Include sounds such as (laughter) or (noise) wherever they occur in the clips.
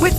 With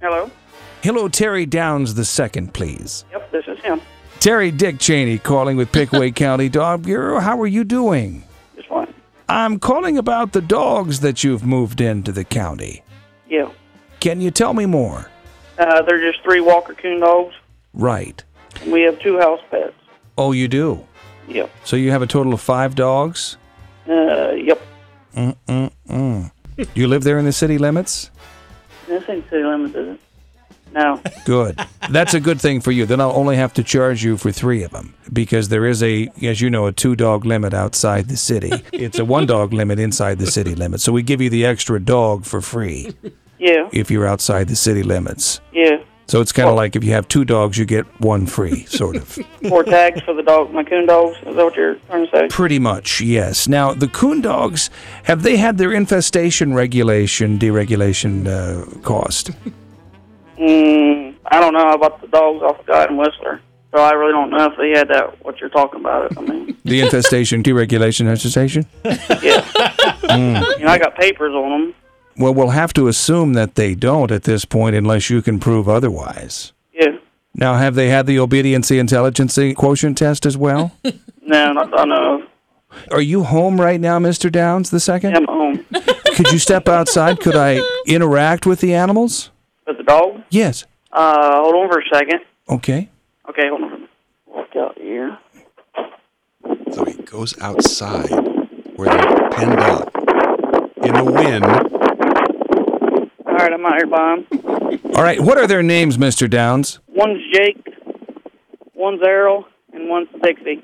Hello. Hello, Terry Downs the second, please. Yep, this is him. Terry Dick Cheney calling with Pickaway County Dog Bureau. How are you doing? Just one. I'm calling about the dogs that you've moved into the county. Yeah. Can you tell me more? Uh, they're just three Walker Coon dogs. Right. And we have two house pets. Oh, you do. Yep. So you have a total of five dogs. Uh, yep. Mm-mm-mm. You live there in the city limits. This ain't city limits, is it? No. Good. That's a good thing for you. Then I'll only have to charge you for three of them because there is a, as you know, a two dog limit outside the city. It's a one dog limit inside the city limits. So we give you the extra dog for free Yeah. if you're outside the city limits. Yeah. So it's kind of like if you have two dogs, you get one free, sort of. Four tags for the dog, my coon dogs. Is that what you're trying to say? Pretty much, yes. Now, the coon dogs, have they had their infestation regulation, deregulation uh, cost? Mm, I don't know about the dogs off of Guy and Whistler. So I really don't know if they had that, what you're talking about. It. I mean, The infestation, deregulation, infestation? yeah. You know, I got papers on them. Well, we'll have to assume that they don't at this point unless you can prove otherwise. Yeah. Now, have they had the obediency intelligence quotient test as well? No, not that I know of. Are you home right now, Mr. Downs the second? I'm home. Could you step outside? Could I interact with the animals? But the dog? Yes. Uh, hold on for a second. Okay. Okay, hold on. Walk out here. So he goes outside where they're penned up in the wind. All right, I'm out here by 'em. All right. What are their names, Mr. Downs? One's Jake, one's Errol, and one's Dixie.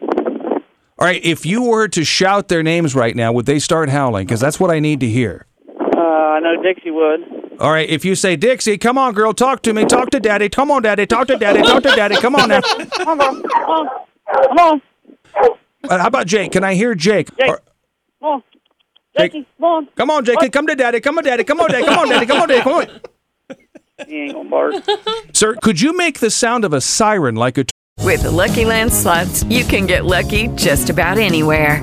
All right. If you were to shout their names right now, would they start howling? Because that's what I need to hear. Uh, I know Dixie would. All right. If you say, Dixie, come on, girl, talk to me, talk to daddy, come on, daddy, talk to daddy, talk to daddy, come on now. Uh, Come on, come on, come on, how about Jake? Can I hear Jake? Jake. Or- come on. Jake. Dixie, come on. Come on, Jake. Come to daddy. Come on, daddy. Come on, daddy. Come on, daddy. Come on, daddy. Come on. He ain't gonna (laughs) bark. Sir, could you make the sound of a siren like a With Lucky Land slots, you can get lucky just about anywhere.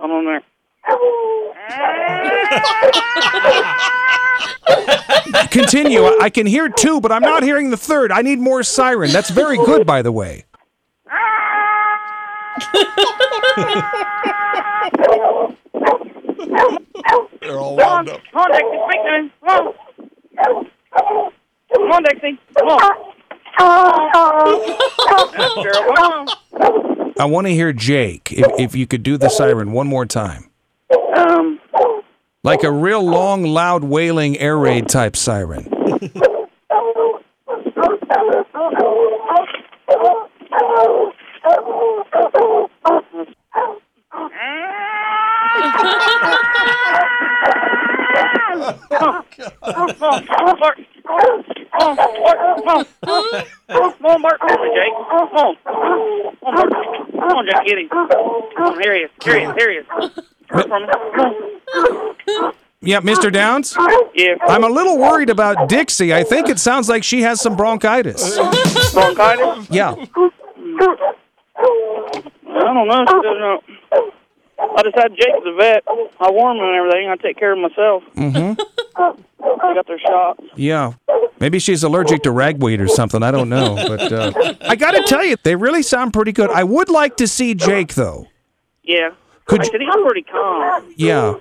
I'm on there. Continue. I I can hear two, but I'm not hearing the third. I need more siren. That's very good, by the way. They're all wound up. Come on, Dixie, speak to him. Come on. Come on, Dixie. Come on. That's Gerald. Come on. I want to hear Jake. If, if you could do the siren one more time, Um, like a real long, loud, wailing air raid type siren. come on, bark. Come on, bark. Come on. Come on, bark. Come on, Jake. Come on. Come on, bark. Come on, Jake, get him. Come on, here he is. Here he is. Here he is. Come on. Yeah, Mr. Downs? Yeah. I'm a little worried about Dixie. I think it sounds like she has some bronchitis. Bronchitis? Yeah. I don't know. Still don't know. I just had Jake at the vet. I warm him and everything. I take care of myself. Mm-hmm. I got their shots. Yeah. Maybe she's allergic to ragweed or something. I don't know. But uh, I got to tell you, they really sound pretty good. I would like to see Jake, though. Yeah. Could I you- said he's pretty calm. Yeah.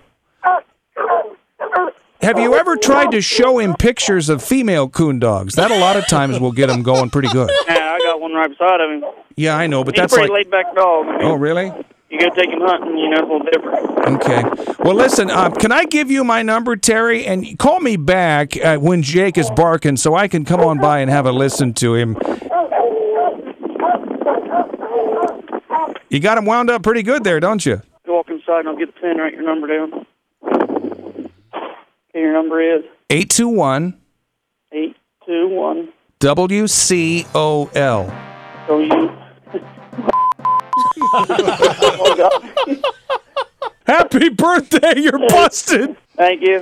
Have you ever tried to show him pictures of female coon dogs? That a lot of times will get him going pretty good. Yeah, I got one right beside him. Yeah, I know, but He's that's a pretty like. laid back dog. Oh, really? You go take him hunting, you know, it's a little different. Okay. Well, listen. Uh, can I give you my number, Terry, and call me back uh, when Jake is barking, so I can come on by and have a listen to him. You got him wound up pretty good there, don't you? You walk inside and I'll get the pen, write your number down. Okay, your number is Eight two one eight two one W C O L. So you Happy birthday! You're busted. Thank you.